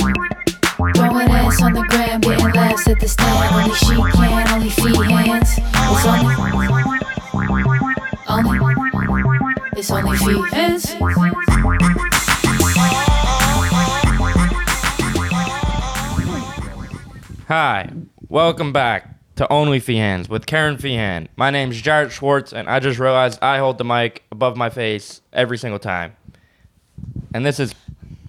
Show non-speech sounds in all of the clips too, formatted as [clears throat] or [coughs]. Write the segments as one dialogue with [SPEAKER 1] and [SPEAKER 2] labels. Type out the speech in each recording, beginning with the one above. [SPEAKER 1] Throwing ass on the gram, getting laughs at the stand. Only she can, only feet hands. It's only, only, it's only feet hands.
[SPEAKER 2] Hi, welcome back to Only Fians with Karen Fian. My name's Jared Schwartz, and I just realized I hold the mic above my face every single time. And this is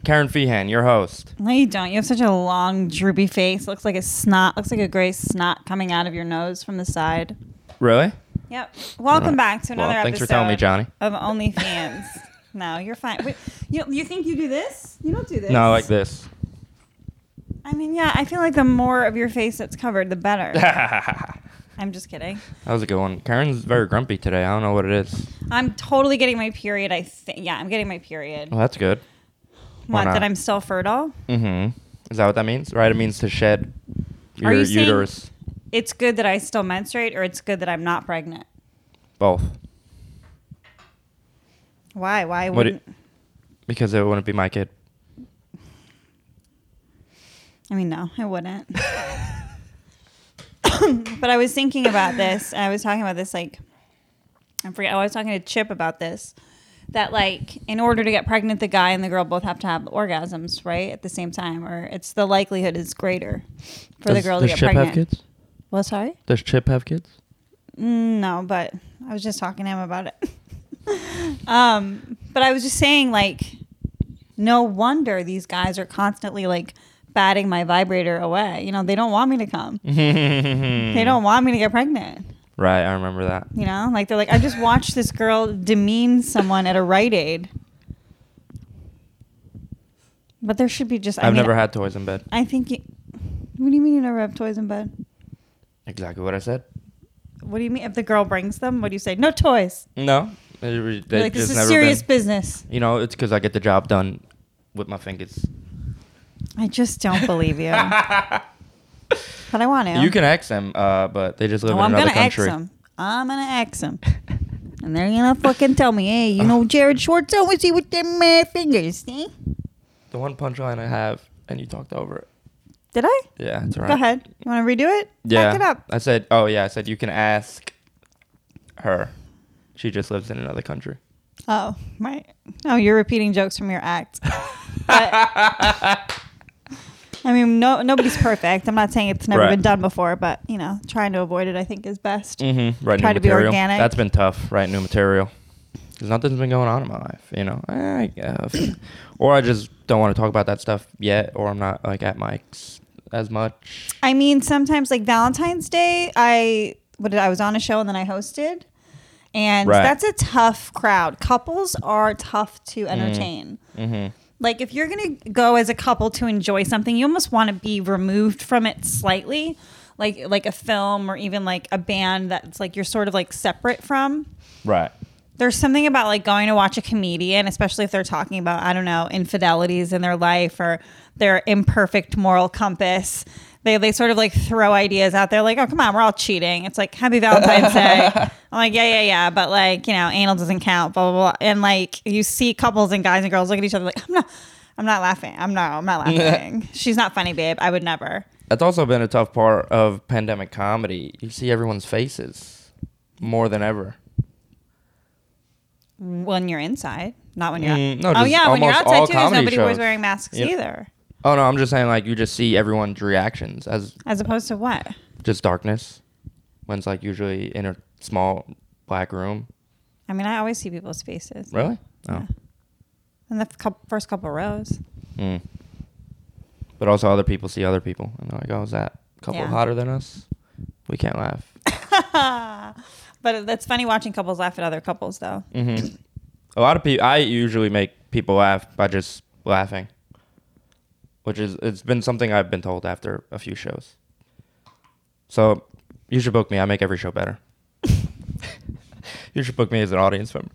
[SPEAKER 2] Karen Fihan, your host.
[SPEAKER 3] No, you don't. You have such a long, droopy face. Looks like a snot. Looks like a gray snot coming out of your nose from the side.
[SPEAKER 2] Really?
[SPEAKER 3] Yep. Welcome back to
[SPEAKER 2] Well,
[SPEAKER 3] another episode.
[SPEAKER 2] thanks for telling me, Johnny.
[SPEAKER 3] Of OnlyFans. [laughs] no, you're fine. Wait, you you think you do this? You don't do this.
[SPEAKER 2] No, like this.
[SPEAKER 3] I mean, yeah. I feel like the more of your face that's covered,
[SPEAKER 2] [laughs]
[SPEAKER 3] the better. I'm just kidding.
[SPEAKER 2] That was a good one. Karen's very grumpy today. I don't know what it is.
[SPEAKER 3] I'm totally getting my period. I think. Yeah, I'm getting my period.
[SPEAKER 2] Well, that's good.
[SPEAKER 3] What?
[SPEAKER 2] not?
[SPEAKER 3] That I'm still fertile.
[SPEAKER 2] Mm-hmm. Is that what that means? Right? It means to shed your
[SPEAKER 3] Are you saying-
[SPEAKER 2] uterus.
[SPEAKER 3] It's good that I still menstruate, or it's good that I'm not pregnant.
[SPEAKER 2] Both.
[SPEAKER 3] Why? Why
[SPEAKER 2] What?
[SPEAKER 3] wouldn't?
[SPEAKER 2] It, because it wouldn't be my kid.
[SPEAKER 3] I mean, no, I wouldn't. [coughs] but I was thinking about this. And I was talking about this, like, I forget. oh, I was talking to Chip about this. That, like, in order to get pregnant, the guy and the girl both have to have orgasms, right? At the same time, or it's the likelihood is greater for the
[SPEAKER 2] does
[SPEAKER 3] girl to
[SPEAKER 2] does
[SPEAKER 3] get
[SPEAKER 2] Chip
[SPEAKER 3] pregnant.
[SPEAKER 2] have kids?
[SPEAKER 3] Well, sorry?
[SPEAKER 2] Does Chip have kids?
[SPEAKER 3] No, but I was just talking to him about it. [laughs] um, but I was just saying, like, no wonder these guys are constantly like batting my vibrator away. You know, they don't want me to come.
[SPEAKER 2] [laughs]
[SPEAKER 3] they don't want me to get pregnant.
[SPEAKER 2] Right. I remember that.
[SPEAKER 3] You know, like they're like, I just watched this girl demean someone at a Rite Aid. But there should be just. I
[SPEAKER 2] I've
[SPEAKER 3] mean,
[SPEAKER 2] never had toys in bed.
[SPEAKER 3] I think. You, what do you mean you never have toys in bed?
[SPEAKER 2] Exactly what I said.
[SPEAKER 3] What do you mean if the girl brings them? What do you say? No toys.
[SPEAKER 2] No, they, they
[SPEAKER 3] You're like
[SPEAKER 2] just
[SPEAKER 3] this is
[SPEAKER 2] never
[SPEAKER 3] serious
[SPEAKER 2] been-
[SPEAKER 3] business.
[SPEAKER 2] you know, it's because I get the job done with my fingers.
[SPEAKER 3] I just don't
[SPEAKER 2] [laughs]
[SPEAKER 3] believe you. but I want to.
[SPEAKER 2] You can ask them, uh, but they just live
[SPEAKER 3] Oh,
[SPEAKER 2] in
[SPEAKER 3] I'm
[SPEAKER 2] another
[SPEAKER 3] gonna ax
[SPEAKER 2] country.
[SPEAKER 3] him. I'm gonna ax him, and they're gonna fucking tell me, hey,
[SPEAKER 2] [laughs]
[SPEAKER 3] you know, Jared Schwartz always eat with them uh, fingers. Eh?
[SPEAKER 2] The one punchline I have, and you talked over it.
[SPEAKER 3] Did I?
[SPEAKER 2] Yeah, it's all right.
[SPEAKER 3] Go ahead. You want to redo it?
[SPEAKER 2] Yeah,
[SPEAKER 3] Back it up.
[SPEAKER 2] I said, oh yeah, I said you can ask her. She just lives in another country.
[SPEAKER 3] Oh, right. Oh, you're repeating jokes from your act.
[SPEAKER 2] [laughs]
[SPEAKER 3] But, I mean, no, nobody's perfect. I'm not saying it's never
[SPEAKER 2] Right.
[SPEAKER 3] been done before, but you know, trying to avoid it, I think, is best.
[SPEAKER 2] Mm-hmm. Right.
[SPEAKER 3] Try
[SPEAKER 2] new
[SPEAKER 3] to be
[SPEAKER 2] material.
[SPEAKER 3] organic.
[SPEAKER 2] That's been tough. Right. New material. Because nothing's been going on in my life, you know. Eh, I guess. [coughs] or I just don't want to talk about that stuff yet, or I'm not like at my as much.
[SPEAKER 3] I mean, sometimes like Valentine's Day, I what did I was on a show and then I hosted, and
[SPEAKER 2] Right.
[SPEAKER 3] that's a tough crowd. Couples are tough to entertain. Like if you're gonna go as a couple to enjoy something, you almost want to be removed from it slightly, like like a film or even like a band that's like you're sort of like separate from
[SPEAKER 2] Right.
[SPEAKER 3] there's something about like going to watch a comedian, especially if they're talking about, I don't know, infidelities in their life or their imperfect moral compass. They, they sort of like throw ideas out there like, oh, come on, we're all cheating. It's like, happy Valentine's Day.
[SPEAKER 2] [laughs]
[SPEAKER 3] I'm like, yeah, yeah, yeah. But like, you know, anal doesn't count, blah, blah, blah. And like, you see couples and guys and girls look at each other like, I'm not, I'm not laughing. I'm no,
[SPEAKER 2] [laughs]
[SPEAKER 3] I'm not laughing. She's not funny, babe. I would never.
[SPEAKER 2] That's also been a tough part of pandemic comedy. You see everyone's faces more than ever.
[SPEAKER 3] When you're inside, not when you're.
[SPEAKER 2] Mm, no,
[SPEAKER 3] oh,
[SPEAKER 2] just
[SPEAKER 3] yeah. When you're
[SPEAKER 2] almost all
[SPEAKER 3] outside, too, there's
[SPEAKER 2] comedy
[SPEAKER 3] nobody always
[SPEAKER 2] shows.
[SPEAKER 3] wearing masks
[SPEAKER 2] Yeah.
[SPEAKER 3] either.
[SPEAKER 2] Oh no, I'm just saying like you just see everyone's reactions as
[SPEAKER 3] As opposed to what?
[SPEAKER 2] just darkness. When it's like usually in a small black room.
[SPEAKER 3] I mean, I always see people's faces
[SPEAKER 2] Really? Oh.
[SPEAKER 3] in the cou- first couple rows.
[SPEAKER 2] Mm. But also other people see other people and they're like, Oh, is that couple
[SPEAKER 3] Yeah.
[SPEAKER 2] hotter than us? We can't laugh. Mm.
[SPEAKER 3] But that's funny watching couples laugh at other couples, though.
[SPEAKER 2] A lot of people. I usually make people laugh by just laughing, which is it's been something I've been told after a few shows. So you should book me. I make every show better. [laughs] you should book me as an audience member.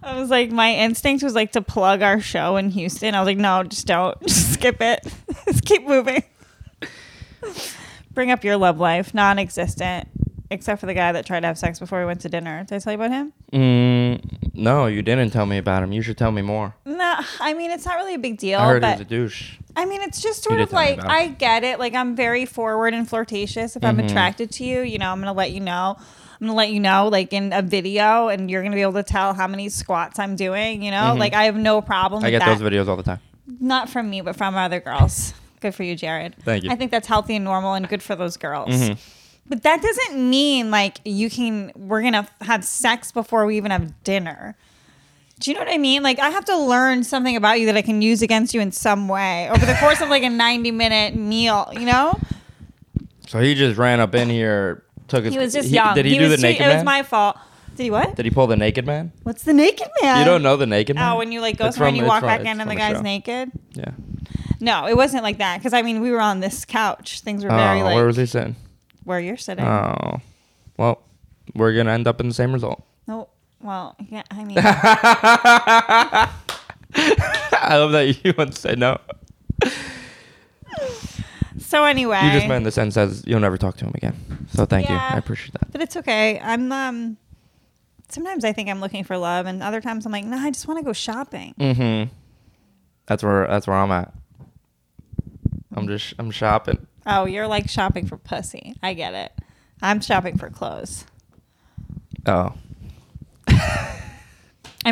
[SPEAKER 3] I was like, my instinct was like to plug our show in Houston. I was like, no, just don't. [laughs] Just skip it. just keep moving. [laughs] Bring up your love life, non existent, except for the guy that tried to have sex before we went to dinner. Did I tell you about him?
[SPEAKER 2] Mm, no, you didn't tell me about him. You should tell me more.
[SPEAKER 3] No, I mean, it's not really a big deal.
[SPEAKER 2] I heard
[SPEAKER 3] but
[SPEAKER 2] he was a douche.
[SPEAKER 3] I mean, it's just sort
[SPEAKER 2] did
[SPEAKER 3] of
[SPEAKER 2] tell me
[SPEAKER 3] like
[SPEAKER 2] about it. Mm-hmm.
[SPEAKER 3] I get it. Like I'm very forward and flirtatious. If I'm attracted to you, you know, I'm gonna let you know. I'm gonna let you know, like in a video, and you're gonna be able to tell how many squats I'm doing. You know, like I have no problem.
[SPEAKER 2] Mm-hmm. I
[SPEAKER 3] with
[SPEAKER 2] get
[SPEAKER 3] that.
[SPEAKER 2] those videos all the time.
[SPEAKER 3] Not from me, but from other girls. Good for you, Jared.
[SPEAKER 2] Thank you. Mm-hmm.
[SPEAKER 3] I think that's healthy and normal, and good for those girls. But that doesn't mean like you can. We're gonna have sex before we even have dinner. Do you know what I mean? Like I have to learn something about you that I can use against you in some way over the course of like a 90 minute meal, you know?
[SPEAKER 2] So he just ran up in here, took his.
[SPEAKER 3] He was just young.
[SPEAKER 2] Did he, do
[SPEAKER 3] was
[SPEAKER 2] the
[SPEAKER 3] too-
[SPEAKER 2] naked
[SPEAKER 3] It
[SPEAKER 2] man?
[SPEAKER 3] was my fault. Did he what?
[SPEAKER 2] Did he pull the naked man?
[SPEAKER 3] What's the naked man?
[SPEAKER 2] You don't know the naked man.
[SPEAKER 3] Oh, when you like go
[SPEAKER 2] It's
[SPEAKER 3] somewhere and
[SPEAKER 2] from- it's
[SPEAKER 3] you walk
[SPEAKER 2] from-
[SPEAKER 3] back
[SPEAKER 2] it's
[SPEAKER 3] in
[SPEAKER 2] from
[SPEAKER 3] and the
[SPEAKER 2] a
[SPEAKER 3] guy's
[SPEAKER 2] show.
[SPEAKER 3] naked?
[SPEAKER 2] Yeah.
[SPEAKER 3] No, it wasn't like that. Because I mean, we were on this couch. Things were very
[SPEAKER 2] oh,
[SPEAKER 3] like
[SPEAKER 2] where was he sitting?
[SPEAKER 3] where you're sitting.
[SPEAKER 2] Oh, well, we're gonna end up in the same result. [laughs]
[SPEAKER 3] no, well, yeah, I mean,
[SPEAKER 2] I love that you [laughs] once said no.
[SPEAKER 3] so anyway.
[SPEAKER 2] You just meant in the sense as you'll never talk to him again. So thank you.
[SPEAKER 3] Yeah.
[SPEAKER 2] I appreciate that.
[SPEAKER 3] But it's okay. I'm um sometimes I think I'm looking for love and other times I'm like, no, I just want to go shopping.
[SPEAKER 2] Mm-hmm. That's where that's where I'm at. I'm just I'm shopping.
[SPEAKER 3] Oh, you're like shopping for pussy. I get it. I'm shopping for clothes.
[SPEAKER 2] Oh,
[SPEAKER 3] I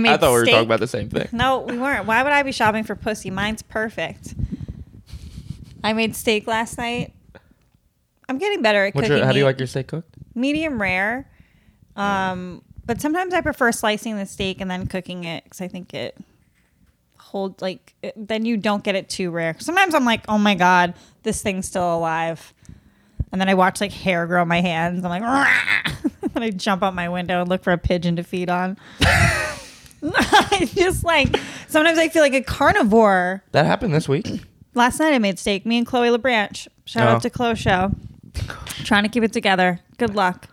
[SPEAKER 3] mean,
[SPEAKER 2] I thought we were talking about the same
[SPEAKER 3] [laughs]
[SPEAKER 2] thing.
[SPEAKER 3] No, we weren't. Why would I be shopping for pussy? Mine's perfect. I made steak last night. I'm getting better at
[SPEAKER 2] What's
[SPEAKER 3] cooking.
[SPEAKER 2] your, how do you
[SPEAKER 3] meat.
[SPEAKER 2] like your steak cooked?
[SPEAKER 3] medium rare? Um, but sometimes I prefer slicing the steak and then cooking it because I think it hold like it- then you don't get it too rare. Sometimes I'm like, oh my god, this thing's still alive, and then I watch like hair grow on my hands. I'm like, "Rah!" [laughs] and I jump out my window and look for a pigeon to feed on. [laughs] I just like sometimes I feel like a carnivore.
[SPEAKER 2] That happened this week.
[SPEAKER 3] Last night I made steak. Me and Chloe LeBranch. Shout
[SPEAKER 2] Oh.
[SPEAKER 3] out to Chloe Show. Trying to keep it together. Good luck.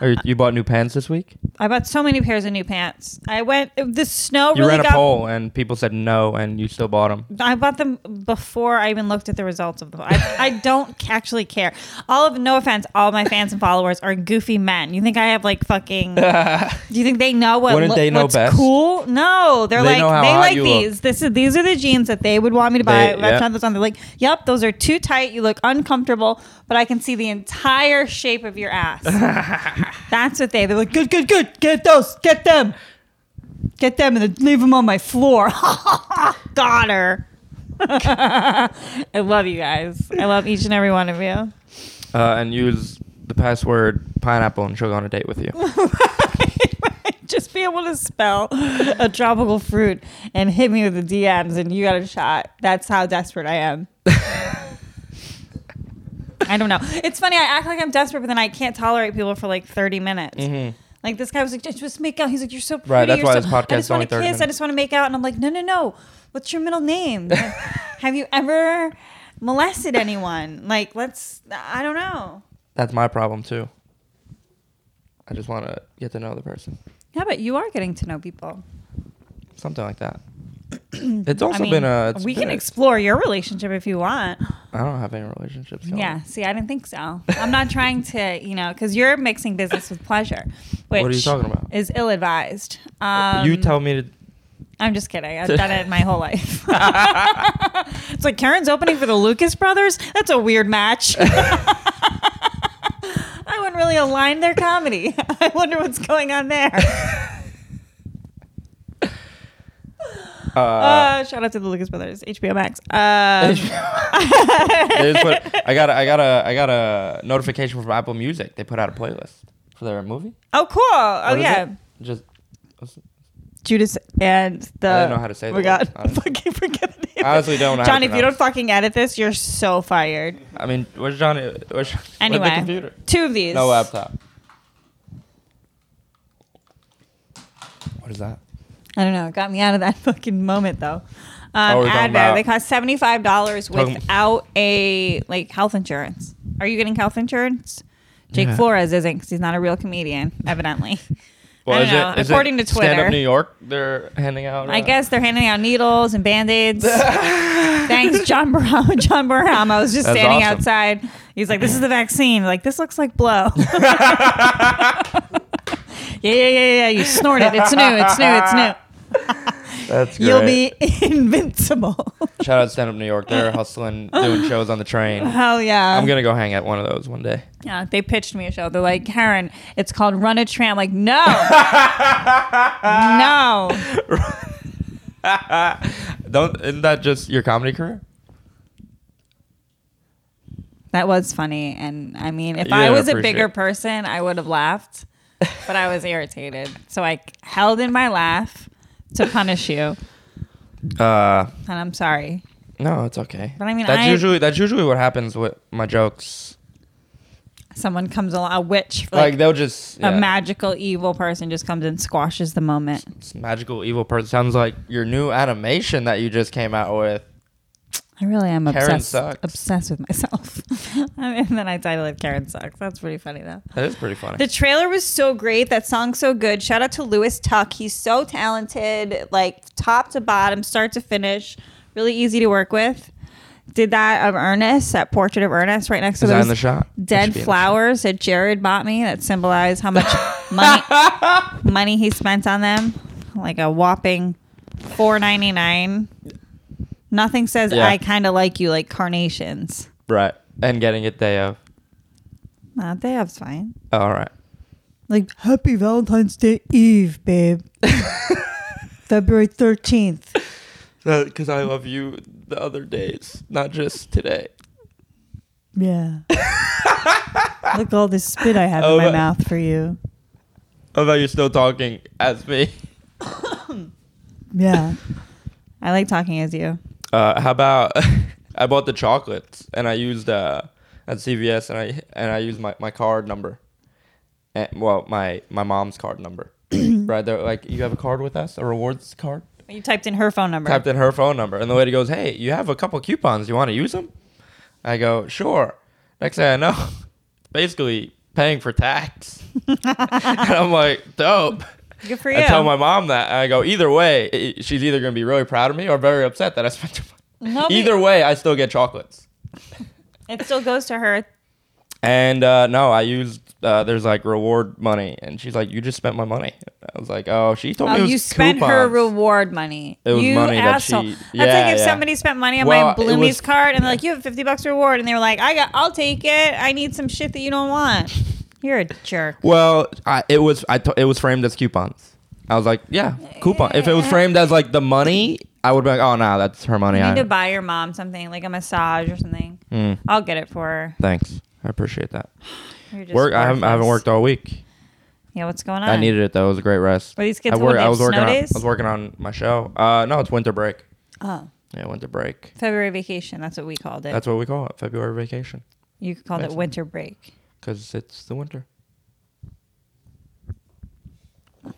[SPEAKER 2] Or you bought new pants this week?
[SPEAKER 3] I bought so many pairs of new pants. I went. The snow
[SPEAKER 2] You
[SPEAKER 3] really
[SPEAKER 2] ran a
[SPEAKER 3] got.
[SPEAKER 2] poll and people said no, and you still bought them.
[SPEAKER 3] I bought them before I even looked at the results of the. I, I don't [laughs] actually care. All of no offense, all my fans and followers are goofy men. You think I have like
[SPEAKER 2] [laughs]
[SPEAKER 3] fucking? do you think they know what?
[SPEAKER 2] Wouldn't
[SPEAKER 3] lo-
[SPEAKER 2] they know
[SPEAKER 3] what's
[SPEAKER 2] best?
[SPEAKER 3] Cool? No, they're
[SPEAKER 2] They
[SPEAKER 3] like
[SPEAKER 2] know how
[SPEAKER 3] they
[SPEAKER 2] hot
[SPEAKER 3] like
[SPEAKER 2] you look.
[SPEAKER 3] these. This is these are the jeans that they would want me to buy.
[SPEAKER 2] They-
[SPEAKER 3] I've
[SPEAKER 2] yeah.
[SPEAKER 3] done this on. They're like, yep, those are too tight. You look uncomfortable, but I can see the entire shape of your
[SPEAKER 2] [laughs]
[SPEAKER 3] ass. That's what they. They're like, good, good, good. Get those. Get them. Get them and then leave them on my floor. [laughs] Got her. [laughs] I love you guys. I love each and every one of you.
[SPEAKER 2] Uh, and use the password pineapple, and she'll go on a date with you.
[SPEAKER 3] Just be able to spell [laughs] a tropical fruit and hit me with the DMs, and you got a shot. That's how desperate
[SPEAKER 2] [laughs]
[SPEAKER 3] I am. I don't know. It's funny. I act like I'm desperate, but then I can't tolerate people for like 30 minutes. Like this guy was like, just just make out. He's like, you're so pretty.
[SPEAKER 2] Mm-hmm. Right, that's
[SPEAKER 3] you're
[SPEAKER 2] why
[SPEAKER 3] so-
[SPEAKER 2] this
[SPEAKER 3] I
[SPEAKER 2] podcast's
[SPEAKER 3] just want
[SPEAKER 2] only
[SPEAKER 3] to
[SPEAKER 2] 30
[SPEAKER 3] kiss. I
[SPEAKER 2] minutes."
[SPEAKER 3] just want to make out. And I'm like, no, no, no. What's your
[SPEAKER 2] [laughs]
[SPEAKER 3] middle name? Have you ever molested anyone? Like, let's. I don't know.
[SPEAKER 2] That's my problem too. I just want to get to know the person,
[SPEAKER 3] Yeah, but you are getting to know people.
[SPEAKER 2] something like
[SPEAKER 3] [clears throat]
[SPEAKER 2] that. It's also
[SPEAKER 3] I mean,
[SPEAKER 2] been a. it's
[SPEAKER 3] we
[SPEAKER 2] been
[SPEAKER 3] can
[SPEAKER 2] a-
[SPEAKER 3] explore your relationship if you want.
[SPEAKER 2] I don't have any relationships. Going.
[SPEAKER 3] Yeah. See, I didn't think so. I'm not trying to, you know, because you're mixing business with pleasure, which
[SPEAKER 2] are you talking about?
[SPEAKER 3] is ill-advised. Um,
[SPEAKER 2] you tell me to.
[SPEAKER 3] I'm just
[SPEAKER 2] [laughs]
[SPEAKER 3] kidding. I've done it my whole life. [laughs] it's like Karen's opening for the Lucas brothers. That's a
[SPEAKER 2] [laughs]
[SPEAKER 3] weird match. I wouldn't really align their comedy. [laughs] I wonder what's going on there.
[SPEAKER 2] Uh,
[SPEAKER 3] Uh, shout out to the Lucas brothers, HBO Max. Um,
[SPEAKER 2] [laughs] [laughs] they just
[SPEAKER 3] [laughs]
[SPEAKER 2] put- I got. A, I got a. I got a notification from Apple Music. They put out a playlist for their movie.
[SPEAKER 3] oh, cool. Oh,
[SPEAKER 2] What is
[SPEAKER 3] yeah.
[SPEAKER 2] it? Just. what's-
[SPEAKER 3] Judas and the. oh
[SPEAKER 2] I didn't know how to say
[SPEAKER 3] We
[SPEAKER 2] the word,
[SPEAKER 3] [laughs] got
[SPEAKER 2] honestly.
[SPEAKER 3] fucking forget the name.
[SPEAKER 2] I honestly don't know how to
[SPEAKER 3] John, if you
[SPEAKER 2] pronounce
[SPEAKER 3] don't
[SPEAKER 2] it.
[SPEAKER 3] fucking edit this, you're so fired.
[SPEAKER 2] I mean, [laughs] where's Johnny? Where's, where's the
[SPEAKER 3] Anyway,
[SPEAKER 2] computer?
[SPEAKER 3] two of these.
[SPEAKER 2] No laptop. What is that?
[SPEAKER 3] I don't know. It got me out of that [laughs] fucking moment though. Um,
[SPEAKER 2] Oh, we're talking
[SPEAKER 3] Advil.
[SPEAKER 2] about-
[SPEAKER 3] They cost seventy five dollars
[SPEAKER 2] Talking-
[SPEAKER 3] without a like health insurance. Are you getting health insurance? Jake
[SPEAKER 2] Yeah.
[SPEAKER 3] Flores isn't because he's not a real comedian, evidently.
[SPEAKER 2] Well,
[SPEAKER 3] I don't know. According to
[SPEAKER 2] Stand
[SPEAKER 3] Twitter.
[SPEAKER 2] Up New York, they're handing out.
[SPEAKER 3] I
[SPEAKER 2] uh,
[SPEAKER 3] guess they're handing out needles
[SPEAKER 2] [laughs]
[SPEAKER 3] and band-aids. Thanks, John Barham. [laughs] John Barham. I was just
[SPEAKER 2] That's
[SPEAKER 3] standing
[SPEAKER 2] awesome.
[SPEAKER 3] outside. He's like, "This is the vaccine." Like, this looks like
[SPEAKER 2] [laughs]
[SPEAKER 3] blow. [laughs] yeah, yeah, yeah, yeah. You snort it. It's new. It's new. It's new.
[SPEAKER 2] That's great.
[SPEAKER 3] You'll be [laughs] invincible. [laughs]
[SPEAKER 2] Shout out Stand Up New York. They're hustling, doing shows on the train.
[SPEAKER 3] Hell yeah.
[SPEAKER 2] I'm gonna go hang at one of those one day.
[SPEAKER 3] yeah. They pitched me a show. They're like, Karen, it's called Run a Tram.
[SPEAKER 2] [laughs]
[SPEAKER 3] Like, no. no.
[SPEAKER 2] Don't isn't that just your comedy career?
[SPEAKER 3] That was funny. And I mean, if
[SPEAKER 2] You
[SPEAKER 3] I
[SPEAKER 2] didn't
[SPEAKER 3] was a
[SPEAKER 2] appreciate
[SPEAKER 3] bigger
[SPEAKER 2] it.
[SPEAKER 3] person, I would have laughed, but I was irritated. So I held in my laugh to punish you.
[SPEAKER 2] Uh,
[SPEAKER 3] And I'm sorry.
[SPEAKER 2] no, it's okay.
[SPEAKER 3] But I mean,
[SPEAKER 2] that's
[SPEAKER 3] I-
[SPEAKER 2] usually that's usually what happens with my jokes.
[SPEAKER 3] Someone comes along, a witch,
[SPEAKER 2] Like,
[SPEAKER 3] like,
[SPEAKER 2] they'll just yeah.
[SPEAKER 3] a magical evil person just comes and squashes the moment.
[SPEAKER 2] This magical evil person sounds like your new animation that you just came out with.
[SPEAKER 3] I really am
[SPEAKER 2] Karen
[SPEAKER 3] obsessed,
[SPEAKER 2] sucks.
[SPEAKER 3] obsessed with myself. [laughs] and then I titled it Karen Sucks. That's pretty funny, though.
[SPEAKER 2] That is pretty funny.
[SPEAKER 3] The trailer was so great. That song so good. Shout out to Lewis Tuck. He's so talented, like top to bottom, start to finish. Really easy to work with. Did that of Ernest, that portrait of Ernest right next to
[SPEAKER 2] Is that
[SPEAKER 3] those
[SPEAKER 2] in the shot? That should
[SPEAKER 3] dead
[SPEAKER 2] be in the
[SPEAKER 3] flowers that Jared bought me that symbolize how
[SPEAKER 2] [laughs]
[SPEAKER 3] much money money he spent on them. Like a whopping four ninety nine. Nothing says
[SPEAKER 2] Yeah.
[SPEAKER 3] I kinda like you like carnations.
[SPEAKER 2] right. And getting it day of. Oh,
[SPEAKER 3] Nah, they have fine.
[SPEAKER 2] All right.
[SPEAKER 3] Like, happy Valentine's Day Eve, babe. February 13th.
[SPEAKER 2] Because I love you the other days, not just today.
[SPEAKER 3] Yeah. Look all this spit I have
[SPEAKER 2] Oh, but-
[SPEAKER 3] mouth for you.
[SPEAKER 2] I thought you're still talking as me.
[SPEAKER 3] Yeah. I like talking as you.
[SPEAKER 2] [laughs] Uh, how about [laughs] I bought the chocolates and I used uh, at CVS and I and I used my, my card number, and, well my my mom's card [clears throat] number. right there, like you have a card with us, a rewards card.
[SPEAKER 3] You typed in her phone number.
[SPEAKER 2] Typed in her phone number, and the lady goes, "Hey, you have a couple coupons. You want to use them?" I go, "Sure." Next thing I know, [laughs] basically paying for
[SPEAKER 3] [laughs]
[SPEAKER 2] tax, and I'm like, "Dope."
[SPEAKER 3] Good for you.
[SPEAKER 2] I tell my mom that, and I go, either way, i- she's either going to be really proud of me or very upset that I [laughs] spent her money.
[SPEAKER 3] No, but-
[SPEAKER 2] either way, I still get chocolates.
[SPEAKER 3] it still goes to her.
[SPEAKER 2] And uh, no, I used, uh, there's like reward money. And she's like, you just spent my money. I was like, oh, she told
[SPEAKER 3] Oh,
[SPEAKER 2] me it was
[SPEAKER 3] you spent her
[SPEAKER 2] coupons."
[SPEAKER 3] reward money.
[SPEAKER 2] It was
[SPEAKER 3] you
[SPEAKER 2] money that
[SPEAKER 3] asshole.
[SPEAKER 2] she-
[SPEAKER 3] That's
[SPEAKER 2] yeah,
[SPEAKER 3] like if
[SPEAKER 2] yeah.
[SPEAKER 3] somebody spent money on
[SPEAKER 2] Well,
[SPEAKER 3] my
[SPEAKER 2] it
[SPEAKER 3] Bloomies
[SPEAKER 2] was-
[SPEAKER 3] card and they're like, you have 50 bucks reward. And they were like, I got, I'll take it. I need some shit that you
[SPEAKER 2] [laughs]
[SPEAKER 3] don't want. You're a jerk.
[SPEAKER 2] Well, I, it was I t- it was framed as coupons. I was like, yeah, coupon. If it was framed as like the money, I would be like, oh, no, that's her money.
[SPEAKER 3] I need
[SPEAKER 2] I,
[SPEAKER 3] to buy your mom something, like a massage or something.
[SPEAKER 2] Hmm.
[SPEAKER 3] I'll get it for her.
[SPEAKER 2] Thanks. I appreciate that.
[SPEAKER 3] You're just
[SPEAKER 2] Work. I haven't, I haven't
[SPEAKER 3] worthless.
[SPEAKER 2] worked all week.
[SPEAKER 3] Yeah, what's going on?
[SPEAKER 2] I needed it though. It was a great rest.
[SPEAKER 3] Were these kids
[SPEAKER 2] I,
[SPEAKER 3] home? They
[SPEAKER 2] I
[SPEAKER 3] have
[SPEAKER 2] was
[SPEAKER 3] snow
[SPEAKER 2] working. On, I
[SPEAKER 3] days?
[SPEAKER 2] was working on my show. Uh, no, it's winter break.
[SPEAKER 3] Oh,
[SPEAKER 2] Yeah, winter break.
[SPEAKER 3] February vacation. That's what we called it.
[SPEAKER 2] That's what we call it, February vacation,
[SPEAKER 3] you called it
[SPEAKER 2] that's-
[SPEAKER 3] winter break.
[SPEAKER 2] because it's the winter.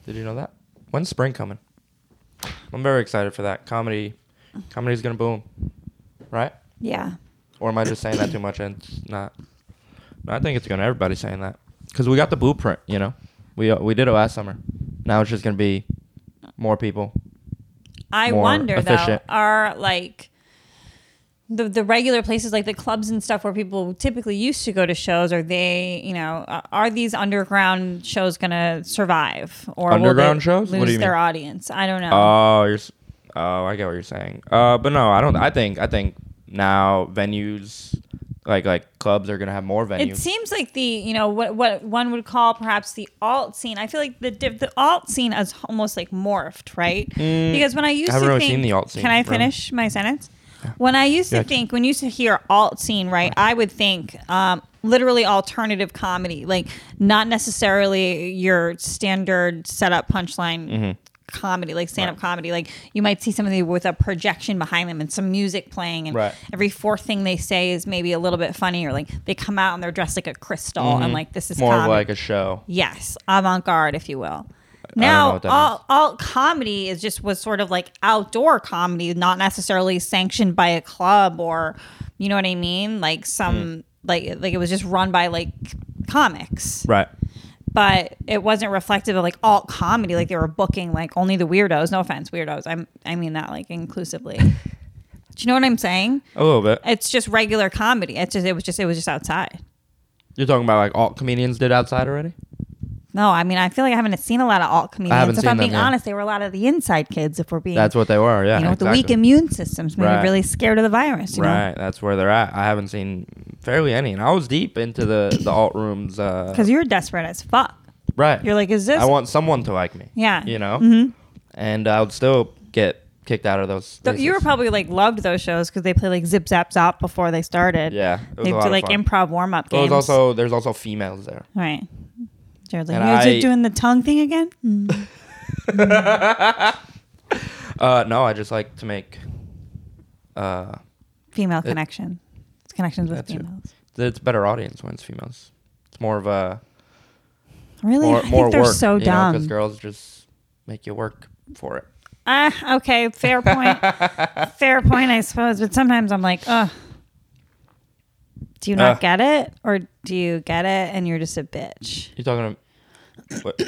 [SPEAKER 2] Did you know that? When's spring coming? I'm very excited for that. Comedy, comedy's gonna boom, right?
[SPEAKER 3] Yeah.
[SPEAKER 2] Or am I just saying that too much and it's not? No, I think it's gonna. Everybody's saying that because we got the blueprint. You know, we uh, we did it last summer. Now it's just gonna be more people.
[SPEAKER 3] I
[SPEAKER 2] More
[SPEAKER 3] wonder
[SPEAKER 2] efficient.
[SPEAKER 3] though, are like the the regular places like the clubs and stuff where people typically used to go to shows? Are they, you know, are- are these underground shows gonna survive or will they
[SPEAKER 2] Underground shows? What
[SPEAKER 3] lose
[SPEAKER 2] do you
[SPEAKER 3] their
[SPEAKER 2] mean?
[SPEAKER 3] audience? I don't know.
[SPEAKER 2] Oh, you're. s- Oh, I get what you're saying. Uh, but no, I don't. I think I think now venues, like like clubs, are gonna have more
[SPEAKER 3] It
[SPEAKER 2] venues.
[SPEAKER 3] seems like the you know what what one would call perhaps the alt scene. I feel like the diff- the alt scene is almost like morphed, right? because when I used
[SPEAKER 2] Mm. I haven't
[SPEAKER 3] to
[SPEAKER 2] really
[SPEAKER 3] think,
[SPEAKER 2] seen the alt scene,
[SPEAKER 3] can I
[SPEAKER 2] bro.
[SPEAKER 3] finish my sentence? When I used to
[SPEAKER 2] Yeah.
[SPEAKER 3] think, when you used to hear alt scene, right, I would think um, literally alternative comedy, like not necessarily your standard setup punchline.
[SPEAKER 2] Mm-hmm.
[SPEAKER 3] Comedy, like stand up comedy. Like you might see somebody with a projection behind them and some music playing, and
[SPEAKER 2] Right.
[SPEAKER 3] every fourth thing they say is maybe a little bit funny or like they come out and they're dressed like a crystal and like this is
[SPEAKER 2] Mm-hmm. more of
[SPEAKER 3] comedy.
[SPEAKER 2] like a show.
[SPEAKER 3] yes avant-garde if you will
[SPEAKER 2] know
[SPEAKER 3] Now,
[SPEAKER 2] what that means.
[SPEAKER 3] all, all comedy is just was sort of like outdoor comedy, not necessarily sanctioned by a club or, you know what I mean? Like
[SPEAKER 2] Hmm.
[SPEAKER 3] some, like, like it was just run by like comics,
[SPEAKER 2] Right.
[SPEAKER 3] but it wasn't reflective of like alt comedy. Like they were booking like only the weirdos. No offense, weirdos. I'm, I mean that like inclusively. Do you know what I'm saying?
[SPEAKER 2] A little bit.
[SPEAKER 3] It's just regular comedy. It's just, it was just, it was just outside.
[SPEAKER 2] You're talking about like alt comedians did outside already?
[SPEAKER 3] No, I mean, I feel like I haven't seen a lot of alt comedians.
[SPEAKER 2] haven't
[SPEAKER 3] if
[SPEAKER 2] seen
[SPEAKER 3] I'm being
[SPEAKER 2] them, yeah.
[SPEAKER 3] honest, they were a lot of the inside kids. If we're being
[SPEAKER 2] That's what they were, yeah.
[SPEAKER 3] you
[SPEAKER 2] exactly.
[SPEAKER 3] know, with the weak immune systems, maybe
[SPEAKER 2] Right.
[SPEAKER 3] really scared of the virus. You
[SPEAKER 2] Right, that's where they're at. I haven't seen fairly any, and I was deep into the the alt rooms.
[SPEAKER 3] [laughs]
[SPEAKER 2] Uh,
[SPEAKER 3] Because you're desperate as fuck.
[SPEAKER 2] right,
[SPEAKER 3] You're like, is this?
[SPEAKER 2] I want someone to like me.
[SPEAKER 3] Yeah.
[SPEAKER 2] you know, mm-hmm. and I would still get kicked out of those.
[SPEAKER 3] Th- you were
[SPEAKER 2] places.
[SPEAKER 3] probably like loved those shows because they play like zip zap zop before they started.
[SPEAKER 2] Yeah, it was a
[SPEAKER 3] they
[SPEAKER 2] lot
[SPEAKER 3] do
[SPEAKER 2] of
[SPEAKER 3] like
[SPEAKER 2] fun.
[SPEAKER 3] improv warm up
[SPEAKER 2] Well,
[SPEAKER 3] games.
[SPEAKER 2] there's also there's also females there.
[SPEAKER 3] right. Jared's like,
[SPEAKER 2] And
[SPEAKER 3] you're
[SPEAKER 2] I-
[SPEAKER 3] doing the tongue thing again. Mm.
[SPEAKER 2] Uh, no, I just like to make. Uh,
[SPEAKER 3] Female connection. It's connections with
[SPEAKER 2] That's it.
[SPEAKER 3] females.
[SPEAKER 2] it's a better audience when it's females. It's more of a
[SPEAKER 3] Really?
[SPEAKER 2] more
[SPEAKER 3] I
[SPEAKER 2] more
[SPEAKER 3] think they're
[SPEAKER 2] work.
[SPEAKER 3] so dumb.
[SPEAKER 2] because girls just make you work for it.
[SPEAKER 3] Ah, okay, fair point.
[SPEAKER 2] [laughs]
[SPEAKER 3] fair point, I suppose. But sometimes I'm like, ugh. Do you not
[SPEAKER 2] Ah.
[SPEAKER 3] get it, or do you get it and you're just a bitch?
[SPEAKER 2] You talking to? what?